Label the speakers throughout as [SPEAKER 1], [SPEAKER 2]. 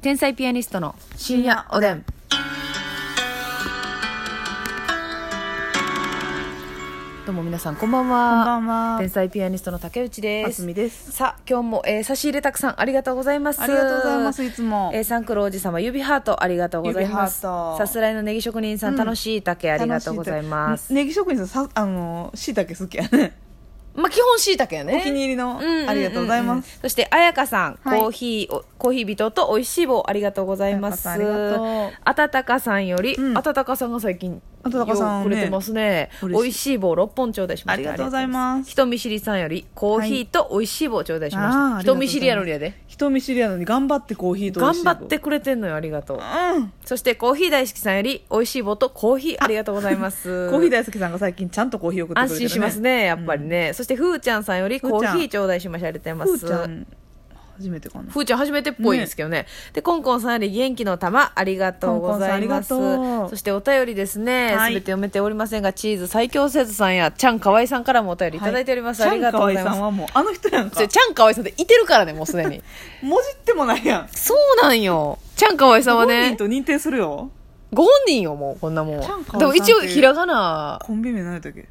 [SPEAKER 1] 天才ピアニストの
[SPEAKER 2] 深夜おでん。
[SPEAKER 1] どうも皆さんこんばん
[SPEAKER 2] こんば
[SPEAKER 1] は
[SPEAKER 2] んは。
[SPEAKER 1] 天才ピアニストの竹内で
[SPEAKER 2] あ
[SPEAKER 1] す
[SPEAKER 2] すみです。
[SPEAKER 1] さあ今日も、えー差し入れたくさんありがとうございます
[SPEAKER 2] ありがとうございますいつも
[SPEAKER 1] えーサンクロおじ様指ハートありがとうございます
[SPEAKER 2] 指ハート
[SPEAKER 1] さすらいのネギ職人さん、楽しい竹ありがとうございます
[SPEAKER 2] 楽しいネギ職人さん、さあの、椎茸好きやね。
[SPEAKER 1] まあ基本しいたけやね
[SPEAKER 2] お気に入りの、
[SPEAKER 1] うんうんうんうん
[SPEAKER 2] ありがとうございます。
[SPEAKER 1] そして彩香さん、
[SPEAKER 2] はい
[SPEAKER 1] コーヒーおコーヒー人とおいしい棒ありがとうございます
[SPEAKER 2] 彩香さんありがとう
[SPEAKER 1] あたたかさんより、
[SPEAKER 2] うん
[SPEAKER 1] あたたかさんが最近
[SPEAKER 2] あたたかさ
[SPEAKER 1] よ
[SPEAKER 2] んね
[SPEAKER 1] うくれてますね
[SPEAKER 2] 嬉しい
[SPEAKER 1] おいしい棒6本頂戴しました
[SPEAKER 2] ありがとうございます
[SPEAKER 1] 人見知りさんよりコーヒーとおいしい棒頂戴しました、
[SPEAKER 2] はいあーありが
[SPEAKER 1] 人
[SPEAKER 2] とうございます
[SPEAKER 1] 見知りやのにやで
[SPEAKER 2] 人見知りやのに頑張ってコーヒーと美味し
[SPEAKER 1] 頑
[SPEAKER 2] い
[SPEAKER 1] 張
[SPEAKER 2] 棒
[SPEAKER 1] って。くれてんのよありがとう
[SPEAKER 2] うん。
[SPEAKER 1] そしてコーヒー大好きさんよりおいしい棒とコーヒーありがとうございます
[SPEAKER 2] コーヒー大好きさんが最近ちゃんとコーヒー送ってくれ
[SPEAKER 1] 安
[SPEAKER 2] てる、ね。
[SPEAKER 1] 心します。ねやっぱりね、そしてふーちゃんさんよりコーヒー頂戴しましたありがとうござい
[SPEAKER 2] ふ
[SPEAKER 1] ま
[SPEAKER 2] ー
[SPEAKER 1] す
[SPEAKER 2] ちゃん、初めてかな。
[SPEAKER 1] ふーちゃん初めてっぽいですけどねでコンコンさんより元気の玉ありがとうございます
[SPEAKER 2] コンコンさんありがとう
[SPEAKER 1] そしてお便りですね、
[SPEAKER 2] は
[SPEAKER 1] す
[SPEAKER 2] い
[SPEAKER 1] べて読めておりませんがチーズ最強せずさんやちゃんかわいさんからもお便りいただいております、
[SPEAKER 2] はい
[SPEAKER 1] ありがとうござい
[SPEAKER 2] ちゃんかわいさん
[SPEAKER 1] ま
[SPEAKER 2] はもう、あの人やん
[SPEAKER 1] す
[SPEAKER 2] か
[SPEAKER 1] それ。ちゃんかわいさんっていてるからねもうすで に
[SPEAKER 2] 文字ってもないやん。
[SPEAKER 1] そうなんよちゃんかわいさんは
[SPEAKER 2] 本人
[SPEAKER 1] ね
[SPEAKER 2] と認定するよ。
[SPEAKER 1] ご本人よもうこんなもん
[SPEAKER 2] ちゃんかわいさんって
[SPEAKER 1] でも一応ひらがな
[SPEAKER 2] コンビ名何やったっけ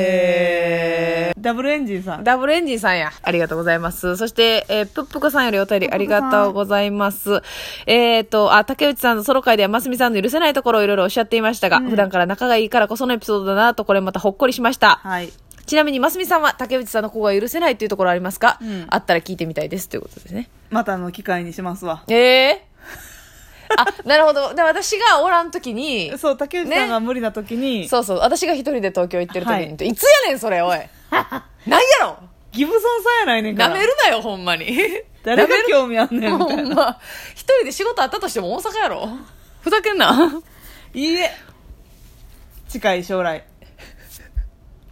[SPEAKER 1] え
[SPEAKER 2] ダブルエンジンさ
[SPEAKER 1] ー
[SPEAKER 2] ん。
[SPEAKER 1] ダブルエンジンさんや。ありがとうございます。そして、えー、ぷっぷこさんよりお便りありがとうございます。えっ、と、あ、竹内さんのソロ会では、ますみさんの許せないところをいろいろおっしゃっていましたが、普段から仲がいいからこそのエピソードだなと、これまたほっこりしました。
[SPEAKER 2] はい。
[SPEAKER 1] ちなみに、ますみさんは竹内さんの子が許せないというところありますか、
[SPEAKER 2] ん
[SPEAKER 1] あったら聞いてみたいですということですね。
[SPEAKER 2] またの機会にしますわ。
[SPEAKER 1] ええあ、なるほど。で、私がおらんときに、
[SPEAKER 2] そう、竹内さんが無理な時に、
[SPEAKER 1] そうそう、私が一人で東京行ってるときに、
[SPEAKER 2] はい
[SPEAKER 1] い、つやねん、それ、お い。なんやろ
[SPEAKER 2] ギブソンさんやないねんか
[SPEAKER 1] な
[SPEAKER 2] ら。
[SPEAKER 1] めるなよ、ほんまに。
[SPEAKER 2] 誰が
[SPEAKER 1] 舐める
[SPEAKER 2] 興味あんねんみた
[SPEAKER 1] ほ
[SPEAKER 2] い
[SPEAKER 1] ん
[SPEAKER 2] な。
[SPEAKER 1] ま、一人で仕事あったとしても大阪やろふざけんな。
[SPEAKER 2] いいえ。近い将来。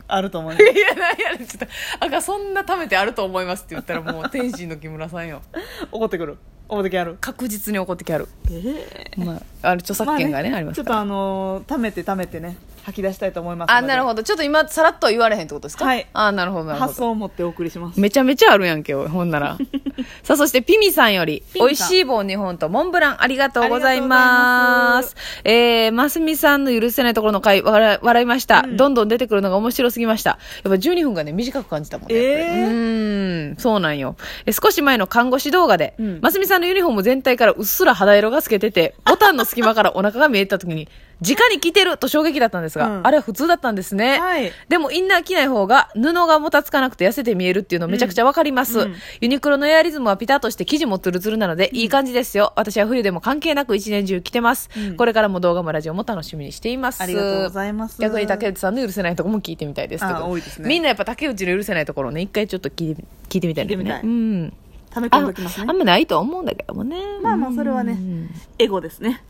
[SPEAKER 2] あると思 う
[SPEAKER 1] い
[SPEAKER 2] ね。
[SPEAKER 1] や、なんやねん、ちょっと、あかんそんな貯めてあると思いますって言ったらもう、天心の木村さんよ。
[SPEAKER 2] 怒ってくる。怒ってきやる。
[SPEAKER 1] 確実に怒ってきはる。まあ、あれ、著作権がね、あります
[SPEAKER 2] ちょっ
[SPEAKER 1] から。
[SPEAKER 2] とあのー、貯めて貯めてね、吐き出したいと思いますので。
[SPEAKER 1] あ、なるほど。ちょっと今、さらっとは言われへんってことですか
[SPEAKER 2] はい
[SPEAKER 1] あ、なるほど、なるほ
[SPEAKER 2] 発
[SPEAKER 1] ど。
[SPEAKER 2] 想を持ってお送りします。
[SPEAKER 1] めちゃめちゃあるやんけ、おいほんな ら。さあ、そして、ピミさんより、美
[SPEAKER 2] ピミ
[SPEAKER 1] 味
[SPEAKER 2] さん
[SPEAKER 1] しい棒2本と、モンブラン、ありがとうございます。えー、ますみさんの許せないところの回、笑い笑いました、どんどん出てくるのが面白すぎました。やっぱ12分がね、短く感じたもんね。やっぱり
[SPEAKER 2] えー
[SPEAKER 1] うーん、そうなんよ。え少し前の看護師動画で、
[SPEAKER 2] ん
[SPEAKER 1] ますみさんのユニフォーム全体からうっすら肌色が透けてて、ボタンの隙間からお腹が見えた時に、直に着てると衝撃だったんですが、
[SPEAKER 2] うん
[SPEAKER 1] あれは普通だったんですね。
[SPEAKER 2] はい
[SPEAKER 1] でもインナー着ない方が布がもたつかなくて痩せて見えるっていうのめちゃくちゃわかります、ユニクロのエアリズムはピタッとして生地もツルツルなのでいい感じですよ。私は冬でも関係なく一年中着てます、これからも動画もラジオも楽しみにしています。
[SPEAKER 2] ありがとうございます
[SPEAKER 1] 逆に竹内さんの許せないとこも聞いてみたいです
[SPEAKER 2] あ
[SPEAKER 1] とうこと
[SPEAKER 2] 多いですね
[SPEAKER 1] みんなやっぱ竹内の許せないところをね、一回ちょっと聞いて聞いてみたいですね。
[SPEAKER 2] 聞いてみたい
[SPEAKER 1] うん。
[SPEAKER 2] 貯め
[SPEAKER 1] あ
[SPEAKER 2] 込んどきます
[SPEAKER 1] あ
[SPEAKER 2] ね
[SPEAKER 1] ん。まないとは思うんだけどもね。
[SPEAKER 2] まあまあ、それはね、エゴですね。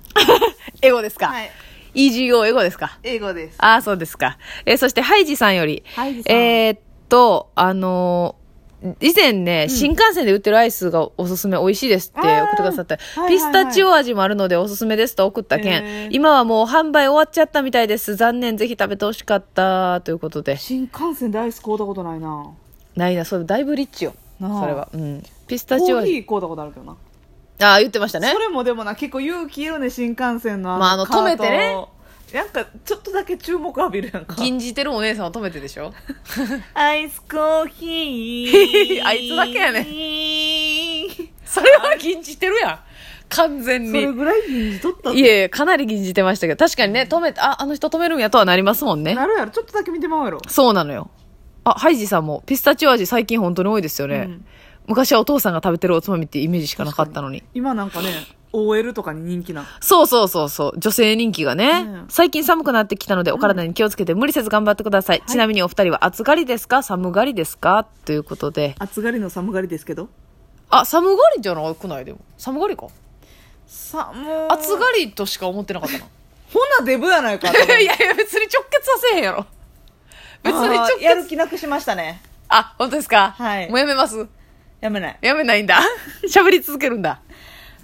[SPEAKER 1] エゴですか、
[SPEAKER 2] はい
[SPEAKER 1] ?EGO エゴですか
[SPEAKER 2] エゴです。
[SPEAKER 1] ああ、そうですか。えーそして、ハイジさんより。
[SPEAKER 2] ハイジさん
[SPEAKER 1] えーっと、あのー以前ね、新幹線で売ってるアイスがおすすめ美味しいですって送ってくださって、
[SPEAKER 2] あーはいはいはい
[SPEAKER 1] ピスタチオ味もあるのでおすすめですと送った件、
[SPEAKER 2] へー
[SPEAKER 1] 今はもう販売終わっちゃったみたいです。残念、ぜひ食べてほしかったということで。
[SPEAKER 2] 新幹線でアイス買うたことないな
[SPEAKER 1] ないな、それだいぶリッチよ。そ
[SPEAKER 2] なあ
[SPEAKER 1] れは。うん。ピス
[SPEAKER 2] コ
[SPEAKER 1] タチオ
[SPEAKER 2] ーヒ
[SPEAKER 1] 味。
[SPEAKER 2] ー買うたことあるけどな。
[SPEAKER 1] ああ、言ってましたね
[SPEAKER 2] そ。れもでもな結構勇気いるね新幹線の
[SPEAKER 1] まああの
[SPEAKER 2] カート
[SPEAKER 1] 止めてね
[SPEAKER 2] なんかちょっとだけ注目浴びるやんか
[SPEAKER 1] 銀じてるお姉さんを止めてでしょ
[SPEAKER 2] アイスコーヒー
[SPEAKER 1] あいつだけやね
[SPEAKER 2] そ
[SPEAKER 1] それは銀じてるやん。完全に。
[SPEAKER 2] れぐらい銀じ取った
[SPEAKER 1] いえいえ、かなり吟じてましたけど、確かにね、止めて、あ、あの人止めるんやとはなりますもんね。
[SPEAKER 2] なるやろちょっとだけ見てまうやろ
[SPEAKER 1] そうなのよ。あ、ハイジさんも、ピスタチオ味最近本当に多いですよね。
[SPEAKER 2] うん
[SPEAKER 1] 昔はお父さんが食べてるおつまみってイメージしかなかったのに。
[SPEAKER 2] 今なんかね OL とかに人気な
[SPEAKER 1] そうそうそうそう。女性人気がね、
[SPEAKER 2] うん
[SPEAKER 1] 最近寒くなってきたので、お体に気をつけて無理せず頑張ってください。ちなみにお二人は暑がりですか寒がりですかということで。
[SPEAKER 2] 暑がりの寒がりですけど
[SPEAKER 1] あ、寒がりじゃなくないでも。寒がりか。
[SPEAKER 2] さもう
[SPEAKER 1] 暑がりとしか思ってなかったな。
[SPEAKER 2] ほなデブやない か
[SPEAKER 1] いやいや、別に直結はせえへんやろ。別に直
[SPEAKER 2] あーや
[SPEAKER 1] 結
[SPEAKER 2] る気なくしましたね
[SPEAKER 1] あ、本当ですか
[SPEAKER 2] はい
[SPEAKER 1] もうやめます
[SPEAKER 2] やめない
[SPEAKER 1] やめないん だ。喋り続けるんだ。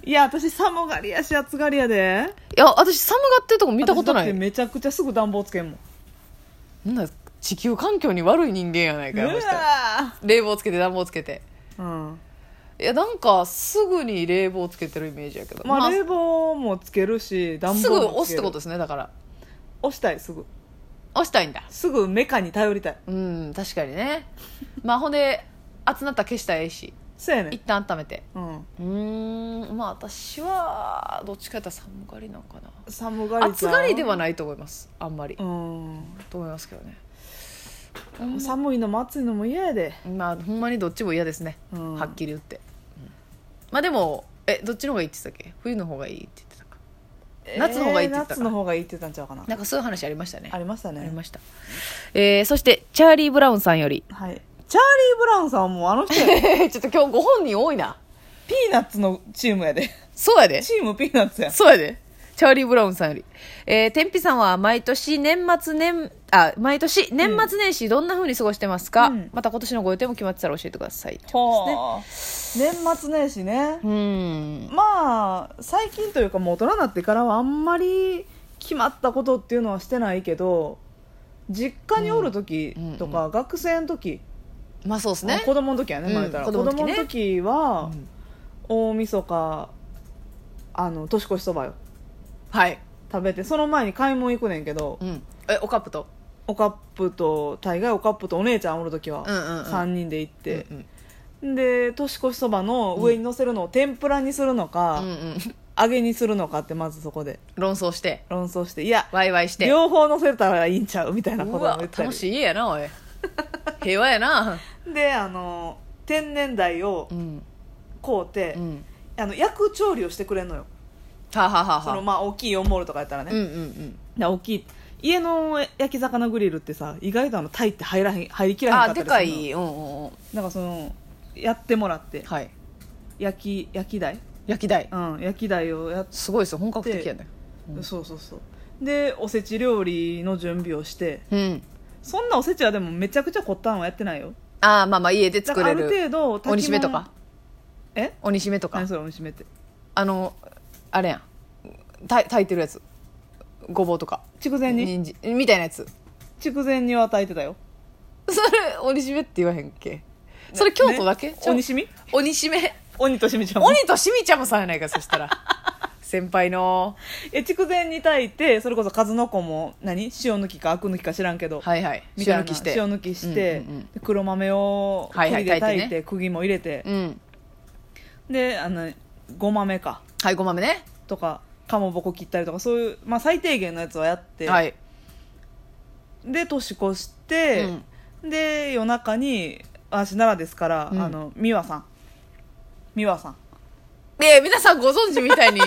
[SPEAKER 2] いや私寒がりやし暑がりやで
[SPEAKER 1] いや、私寒がってるとこ見たことな
[SPEAKER 2] 私だって
[SPEAKER 1] い。
[SPEAKER 2] めちゃくちゃすぐ暖房つけんもん
[SPEAKER 1] なんだ、地球環境に悪い人間やないかよ、あの人
[SPEAKER 2] うわ
[SPEAKER 1] 冷房つけて暖房つけて。
[SPEAKER 2] ーうん
[SPEAKER 1] えいやなんかすぐに冷房つけてるイメージやけど
[SPEAKER 2] まあ、冷房もつけるし暖
[SPEAKER 1] すぐ
[SPEAKER 2] 房も
[SPEAKER 1] 押
[SPEAKER 2] つ
[SPEAKER 1] す
[SPEAKER 2] け
[SPEAKER 1] っ
[SPEAKER 2] る
[SPEAKER 1] てことですねだから
[SPEAKER 2] 押したいすぐ
[SPEAKER 1] 押したいんだ
[SPEAKER 2] すぐメカに頼りたい
[SPEAKER 1] うん確かにね まあほんで熱なったら消したらええし
[SPEAKER 2] そうやね
[SPEAKER 1] 一旦温めて
[SPEAKER 2] うん
[SPEAKER 1] うーんまあ私はどっちかやったら寒がりなんかな
[SPEAKER 2] 寒がり
[SPEAKER 1] 暑がりでは
[SPEAKER 2] な
[SPEAKER 1] ないと思いますあんまり、
[SPEAKER 2] うん
[SPEAKER 1] と思いますけどね
[SPEAKER 2] 寒いのも暑いのも嫌やで
[SPEAKER 1] まあほんまにどっちも嫌ですね、
[SPEAKER 2] うん
[SPEAKER 1] はっきり言って、うんまあでもえどっちの方がいいって言ってたっけ冬の方がいいって言ってたか夏の方がいいって言ったか
[SPEAKER 2] えー夏の方がいいって言ったんちゃうかな
[SPEAKER 1] なんかそういう話ありましたね
[SPEAKER 2] ありましたね
[SPEAKER 1] ありました、えーそしてチャーリー・ブラウンさんより
[SPEAKER 2] はいチャーリー・ブラウンさんはもうあの人 や
[SPEAKER 1] ちょっと今日ご本人多いな
[SPEAKER 2] ピーナッツのチームやで
[SPEAKER 1] そうやで
[SPEAKER 2] チームピーナッツやん
[SPEAKER 1] そうやで。チャーリー・ブラウンさんより。えー、天日さんは毎年年末年、あ、毎年年末年始どんな風に過ごしてますか、
[SPEAKER 2] うん
[SPEAKER 1] また今年のご予定も決まってたら教えてください。
[SPEAKER 2] ほう年末年始ね
[SPEAKER 1] うーん。
[SPEAKER 2] まあ最近というかもう大人になってからはあんまり決まったことっていうのはしてないけど実家におる時とか、学生の時、
[SPEAKER 1] まあそうですね。
[SPEAKER 2] 子供の時やね、
[SPEAKER 1] うん
[SPEAKER 2] まあ言ったら
[SPEAKER 1] 子
[SPEAKER 2] 子
[SPEAKER 1] 供
[SPEAKER 2] 供
[SPEAKER 1] の時ね
[SPEAKER 2] の時は、
[SPEAKER 1] うん
[SPEAKER 2] 大晦日あの年越しそばよ
[SPEAKER 1] はい。
[SPEAKER 2] 食べてその前に買い物行くねんけど、
[SPEAKER 1] うん。え、おカップと
[SPEAKER 2] おカップと大概おカップとお姉ちゃんおる時は、
[SPEAKER 1] うんうんうん
[SPEAKER 2] 3人で行っ
[SPEAKER 1] うん
[SPEAKER 2] て、で年越しそばの上に乗せるのを天ぷらにするの
[SPEAKER 1] う
[SPEAKER 2] か、
[SPEAKER 1] ん。うんうん。
[SPEAKER 2] 揚げにするのかってまずそこで
[SPEAKER 1] 論争して、
[SPEAKER 2] 論争していや
[SPEAKER 1] ワイワイして。
[SPEAKER 2] 両方乗せたらいいんちゃうみたいなこ
[SPEAKER 1] う
[SPEAKER 2] とを
[SPEAKER 1] わ
[SPEAKER 2] 言っ、たり
[SPEAKER 1] 楽しい家やな、 おい。平和やな。
[SPEAKER 2] であの天然鯛を
[SPEAKER 1] うん。
[SPEAKER 2] 買うて、
[SPEAKER 1] うん。
[SPEAKER 2] あの焼く調理をしてくれるのよ
[SPEAKER 1] はあはあはあはあ
[SPEAKER 2] そのまあ大きいオモールとかやったらね、
[SPEAKER 1] うんうんうん。
[SPEAKER 2] で大きい家の焼き魚グリルってさ意外とあの鯛って入らへん入りきらへんか
[SPEAKER 1] あ、
[SPEAKER 2] った
[SPEAKER 1] で
[SPEAKER 2] りす
[SPEAKER 1] かい。
[SPEAKER 2] るの
[SPEAKER 1] うんうんうん。
[SPEAKER 2] なんかそのやってもらって
[SPEAKER 1] はい。
[SPEAKER 2] 焼き焼き鯛
[SPEAKER 1] 焼き台。
[SPEAKER 2] うん焼き鯛をやっ
[SPEAKER 1] すごいですよ。本格的やね。うん
[SPEAKER 2] そうそうそうでおせち料理の準備をして
[SPEAKER 1] うん。
[SPEAKER 2] そんなおせちはでもめちゃくちゃ凝ったんはやってないよ
[SPEAKER 1] ああまあまあ家で
[SPEAKER 2] だ
[SPEAKER 1] 作
[SPEAKER 2] から
[SPEAKER 1] れ
[SPEAKER 2] ある
[SPEAKER 1] る
[SPEAKER 2] 程度炊き物
[SPEAKER 1] 鬼しめとか
[SPEAKER 2] え
[SPEAKER 1] 鬼しめとか
[SPEAKER 2] 何それおにしめって
[SPEAKER 1] あのあれやんた炊いてるやつごぼうとか
[SPEAKER 2] 筑前に
[SPEAKER 1] 人参みたいなやつ
[SPEAKER 2] 筑前煮は炊いてたよ
[SPEAKER 1] それ鬼しめって言わへんっけそれ京都だけ、
[SPEAKER 2] ね
[SPEAKER 1] ちゃう
[SPEAKER 2] 鬼しみ
[SPEAKER 1] 鬼しめ
[SPEAKER 2] 鬼としみちゃんも
[SPEAKER 1] 鬼としみちゃんもさんやないかそした ら先輩の
[SPEAKER 2] え筑前煮炊いてそれこそ数の子も何塩抜きかアク抜きか知らんけど、
[SPEAKER 1] はいはい
[SPEAKER 2] み
[SPEAKER 1] 塩
[SPEAKER 2] た
[SPEAKER 1] 抜
[SPEAKER 2] いな
[SPEAKER 1] きして
[SPEAKER 2] 塩抜きして、
[SPEAKER 1] うんうん
[SPEAKER 2] で黒豆を
[SPEAKER 1] はいはい
[SPEAKER 2] 栗
[SPEAKER 1] 炊い
[SPEAKER 2] で炊
[SPEAKER 1] て
[SPEAKER 2] い
[SPEAKER 1] ね
[SPEAKER 2] て釘も入れて、
[SPEAKER 1] うん、うん
[SPEAKER 2] であのごまめか
[SPEAKER 1] はいごまめね
[SPEAKER 2] とかかまぼこ切ったりとかそういう、まあ、最低限のやつはやって、
[SPEAKER 1] はい、
[SPEAKER 2] で年越して、
[SPEAKER 1] うん
[SPEAKER 2] で夜中に私奈良ですから、
[SPEAKER 1] うん
[SPEAKER 2] あの美和さん美和さん
[SPEAKER 1] で皆さんご存知み たいに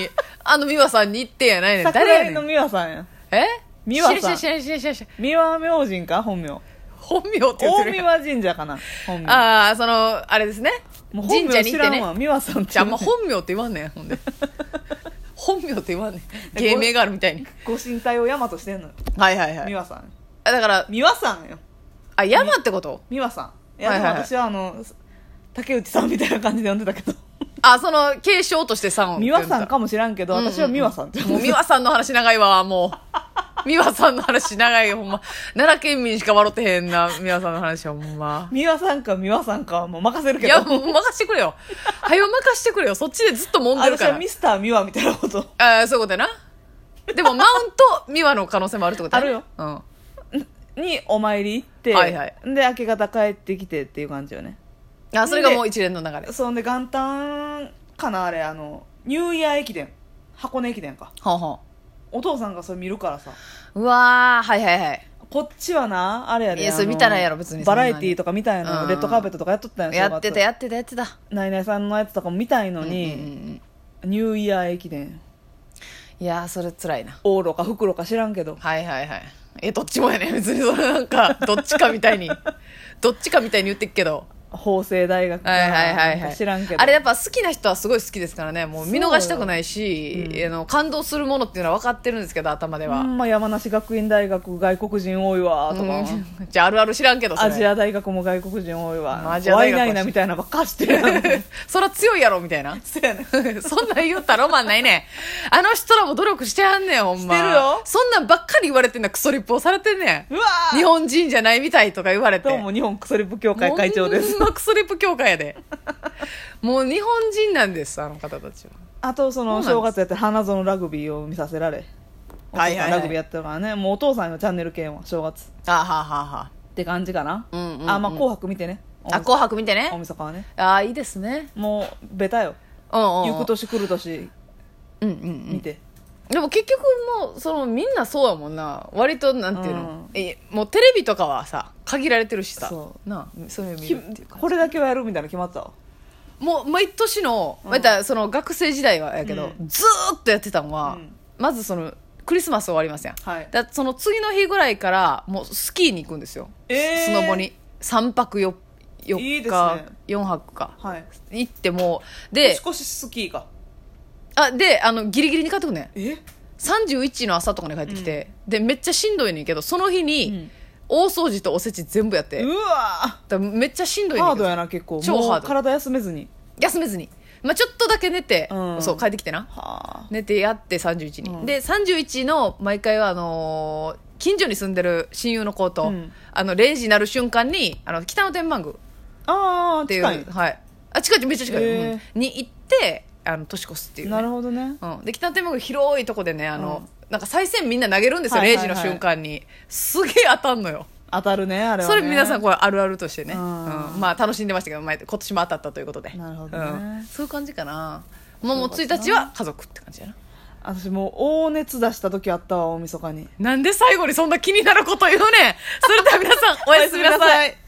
[SPEAKER 1] あの美和さんに行ってやないねん誰や
[SPEAKER 2] 桜
[SPEAKER 1] ね
[SPEAKER 2] 井の
[SPEAKER 1] ん
[SPEAKER 2] 美和さんや
[SPEAKER 1] え
[SPEAKER 2] 美和さん
[SPEAKER 1] 知らん知らん知らん知らん知らん
[SPEAKER 2] 美和明神か本名
[SPEAKER 1] 本名って言ってるや
[SPEAKER 2] 大
[SPEAKER 1] ん
[SPEAKER 2] 美和神社かな本名
[SPEAKER 1] ああ、その、あれですね。
[SPEAKER 2] もう本
[SPEAKER 1] 神社
[SPEAKER 2] 名
[SPEAKER 1] に
[SPEAKER 2] 知
[SPEAKER 1] 行って
[SPEAKER 2] らん
[SPEAKER 1] ね。
[SPEAKER 2] わ美和さんって
[SPEAKER 1] じゃあ、あんま本名って言わんねん、ほん で。本名って言わんねん。
[SPEAKER 2] え
[SPEAKER 1] 芸名があるみたいに。
[SPEAKER 2] ご神体を大和してんのよ
[SPEAKER 1] はいはいは
[SPEAKER 2] 美
[SPEAKER 1] い。
[SPEAKER 2] 和さん
[SPEAKER 1] あだから、
[SPEAKER 2] 美和さんよ
[SPEAKER 1] あ、山ってこと
[SPEAKER 2] 美和さんいや
[SPEAKER 1] は
[SPEAKER 2] で
[SPEAKER 1] い
[SPEAKER 2] も
[SPEAKER 1] はいはい
[SPEAKER 2] 私はあの竹内さんみたいな感じで呼んでた けど
[SPEAKER 1] あ、その、継承としてさんを。
[SPEAKER 2] 美和さんかもしらんけど
[SPEAKER 1] うんうんうん
[SPEAKER 2] 私は美和さんって呼ん
[SPEAKER 1] もう
[SPEAKER 2] で
[SPEAKER 1] 美和さんの話長いわ、もう。美和さんの話長いよ、ほんま。奈良県民しか笑ってへんな、美和さんの話は、ほんま。
[SPEAKER 2] 美和さんか美和さんかはもう任せる
[SPEAKER 1] い
[SPEAKER 2] けど
[SPEAKER 1] や、もう任してくれよ。はよ任してくれよ。そっちでずっと揉んでる
[SPEAKER 2] 私
[SPEAKER 1] か
[SPEAKER 2] は
[SPEAKER 1] ら
[SPEAKER 2] ミ。スター美和みたいなこと
[SPEAKER 1] ああ、そういうことやな。でも、マウント、美和の可能性もあるってことやね
[SPEAKER 2] あるよ。
[SPEAKER 1] うん。
[SPEAKER 2] にお参り行って、
[SPEAKER 1] はいはい
[SPEAKER 2] で明け方帰ってきてっていう感じよね
[SPEAKER 1] あ、それがもう一連の流れ。
[SPEAKER 2] そんで元旦かなあれあのニューイヤー駅伝箱根駅伝か
[SPEAKER 1] ほんほん。
[SPEAKER 2] お父さんがそれ見るからさ
[SPEAKER 1] うわー、はいはいはい。
[SPEAKER 2] こっちはなあれやで
[SPEAKER 1] いや
[SPEAKER 2] あの
[SPEAKER 1] それ見たらやろ別に
[SPEAKER 2] バラエティーとかみたい
[SPEAKER 1] うん
[SPEAKER 2] のレッドカーペットとかやっとったん
[SPEAKER 1] やってた
[SPEAKER 2] よ
[SPEAKER 1] やってたやってた。
[SPEAKER 2] ナイナイさんのやつとかも見たいのに、
[SPEAKER 1] うんうんうん
[SPEAKER 2] ニューイヤー駅伝
[SPEAKER 1] いやー、それ辛いな。
[SPEAKER 2] 往路か袋か知らんけど
[SPEAKER 1] はいはいはい。え、どっちもやね別にそれなんか、どっちかみたいに。どっちかみたいに言ってっけど。
[SPEAKER 2] 法政大学か
[SPEAKER 1] はいはいはいは
[SPEAKER 2] なん
[SPEAKER 1] い。
[SPEAKER 2] か知らんけど
[SPEAKER 1] あれやっぱ好きな人はすごい好きですからね。もう見逃したくないし、あの感動するものっていうのは分かってるんですけど、頭で
[SPEAKER 2] ほ
[SPEAKER 1] は。
[SPEAKER 2] んま山梨学院大学外国人多いわとか、
[SPEAKER 1] うん じゃああるある知らんけど、それ
[SPEAKER 2] アジア大学も外国人多い
[SPEAKER 1] まあア
[SPEAKER 2] わ
[SPEAKER 1] ジア
[SPEAKER 2] ワ
[SPEAKER 1] 大
[SPEAKER 2] イ
[SPEAKER 1] 学は
[SPEAKER 2] ナイナみたいなばっかし てるやん
[SPEAKER 1] そら強いやろ、みたいな。
[SPEAKER 2] そうやね ん
[SPEAKER 1] そんなん言ったらロマンないねんあの人らも努力してはんねん、ほんま。
[SPEAKER 2] してるよ
[SPEAKER 1] そんなんばっかり言われてんな、クソリップをされてんねん
[SPEAKER 2] うわ。
[SPEAKER 1] 日本人じゃないみたいとか言われて。
[SPEAKER 2] どうも日本クソリップ協会会長です
[SPEAKER 1] マックスリップ協会や で。もう日本人なんです、あの方たちは。
[SPEAKER 2] あとその
[SPEAKER 1] そう
[SPEAKER 2] 正
[SPEAKER 1] なんです
[SPEAKER 2] 月やって花園ラグビーを見させられお父
[SPEAKER 1] は
[SPEAKER 2] さ
[SPEAKER 1] いはいはい
[SPEAKER 2] んラグビーやってるからねもうお父さんのチャンネル系は正月
[SPEAKER 1] あはあはあは
[SPEAKER 2] って感じかな、
[SPEAKER 1] うんうんうん
[SPEAKER 2] あまあ紅白見てね
[SPEAKER 1] あ。あ、紅白見て
[SPEAKER 2] 大
[SPEAKER 1] ね。
[SPEAKER 2] 晦日はね
[SPEAKER 1] ああ、いいですね。
[SPEAKER 2] もうベタよ
[SPEAKER 1] うんうんうん。
[SPEAKER 2] 行く年来る年
[SPEAKER 1] うんうんうん
[SPEAKER 2] 見て、
[SPEAKER 1] でも結局もうそのみんなそうやもんな割となんていうの、えもうテレビとかはさ限られてるしさ
[SPEAKER 2] そ
[SPEAKER 1] なあそういうの見
[SPEAKER 2] き
[SPEAKER 1] るっていうか
[SPEAKER 2] これだけはやるみたいなの決まってたわ
[SPEAKER 1] もう毎年の、またその学生時代はやけど、
[SPEAKER 2] う
[SPEAKER 1] ずーっとやってたのは、
[SPEAKER 2] うん
[SPEAKER 1] まずそのクリスマス終わりますやん、
[SPEAKER 2] はい
[SPEAKER 1] だその次の日ぐらいからもうスキーに行くんですよ、
[SPEAKER 2] えー
[SPEAKER 1] スノボに3泊 4, 四
[SPEAKER 2] いい
[SPEAKER 1] 日
[SPEAKER 2] です
[SPEAKER 1] 四
[SPEAKER 2] ね
[SPEAKER 1] 4泊か
[SPEAKER 2] はい
[SPEAKER 1] 行ってもう
[SPEAKER 2] 年
[SPEAKER 1] で
[SPEAKER 2] 越しスキーか
[SPEAKER 1] あであのギリギリに帰ってくんねん
[SPEAKER 2] え
[SPEAKER 1] 31の朝とかに帰ってきて、でめっちゃしんどいねんけどその日
[SPEAKER 2] う
[SPEAKER 1] に
[SPEAKER 2] ん
[SPEAKER 1] 大掃除とおせち全部やって、
[SPEAKER 2] うわ
[SPEAKER 1] だからめっちゃしんどいね
[SPEAKER 2] ハ
[SPEAKER 1] ん
[SPEAKER 2] ー
[SPEAKER 1] け
[SPEAKER 2] ド
[SPEAKER 1] ど
[SPEAKER 2] やな結構
[SPEAKER 1] 超ハード
[SPEAKER 2] もう体休めずに
[SPEAKER 1] 休めずに、まあ、ちょっとだけ寝て、
[SPEAKER 2] うん
[SPEAKER 1] そう帰ってきてな
[SPEAKER 2] はあ
[SPEAKER 1] 寝てやって31に、
[SPEAKER 2] うん
[SPEAKER 1] で31の毎回はあのー近所に住んでる親友の子と、
[SPEAKER 2] うん
[SPEAKER 1] あの0時になる瞬間にあの北の天満宮っ
[SPEAKER 2] ああ
[SPEAKER 1] ていう
[SPEAKER 2] 近い
[SPEAKER 1] はい、あ近いめっちゃ近い、
[SPEAKER 2] へえ
[SPEAKER 1] うんに行ってあの年越すっていうね、
[SPEAKER 2] なるほどね
[SPEAKER 1] うん、で北の天満宮広いとこでねあの、なんか再銭みんな投げるんですよ、
[SPEAKER 2] はいはいはい
[SPEAKER 1] 0時の瞬間にすげえ当たんのよ
[SPEAKER 2] 当たるねあれは
[SPEAKER 1] そ
[SPEAKER 2] ね
[SPEAKER 1] れ皆さんこれあるあるとしてね、う
[SPEAKER 2] うんん
[SPEAKER 1] まあ楽しんでましたけど前今年も当たったということで
[SPEAKER 2] なるほどね
[SPEAKER 1] うん、そういう感じかなもうもう
[SPEAKER 2] そうだ
[SPEAKER 1] 1
[SPEAKER 2] な
[SPEAKER 1] 日は家族って感じやな
[SPEAKER 2] 私もう大熱出した時あったわ大晦日に
[SPEAKER 1] なんで最後にそんな気になること言うねんそれでは皆さんおやすみな
[SPEAKER 2] お
[SPEAKER 1] さ
[SPEAKER 2] やすみなさ
[SPEAKER 1] い
[SPEAKER 2] い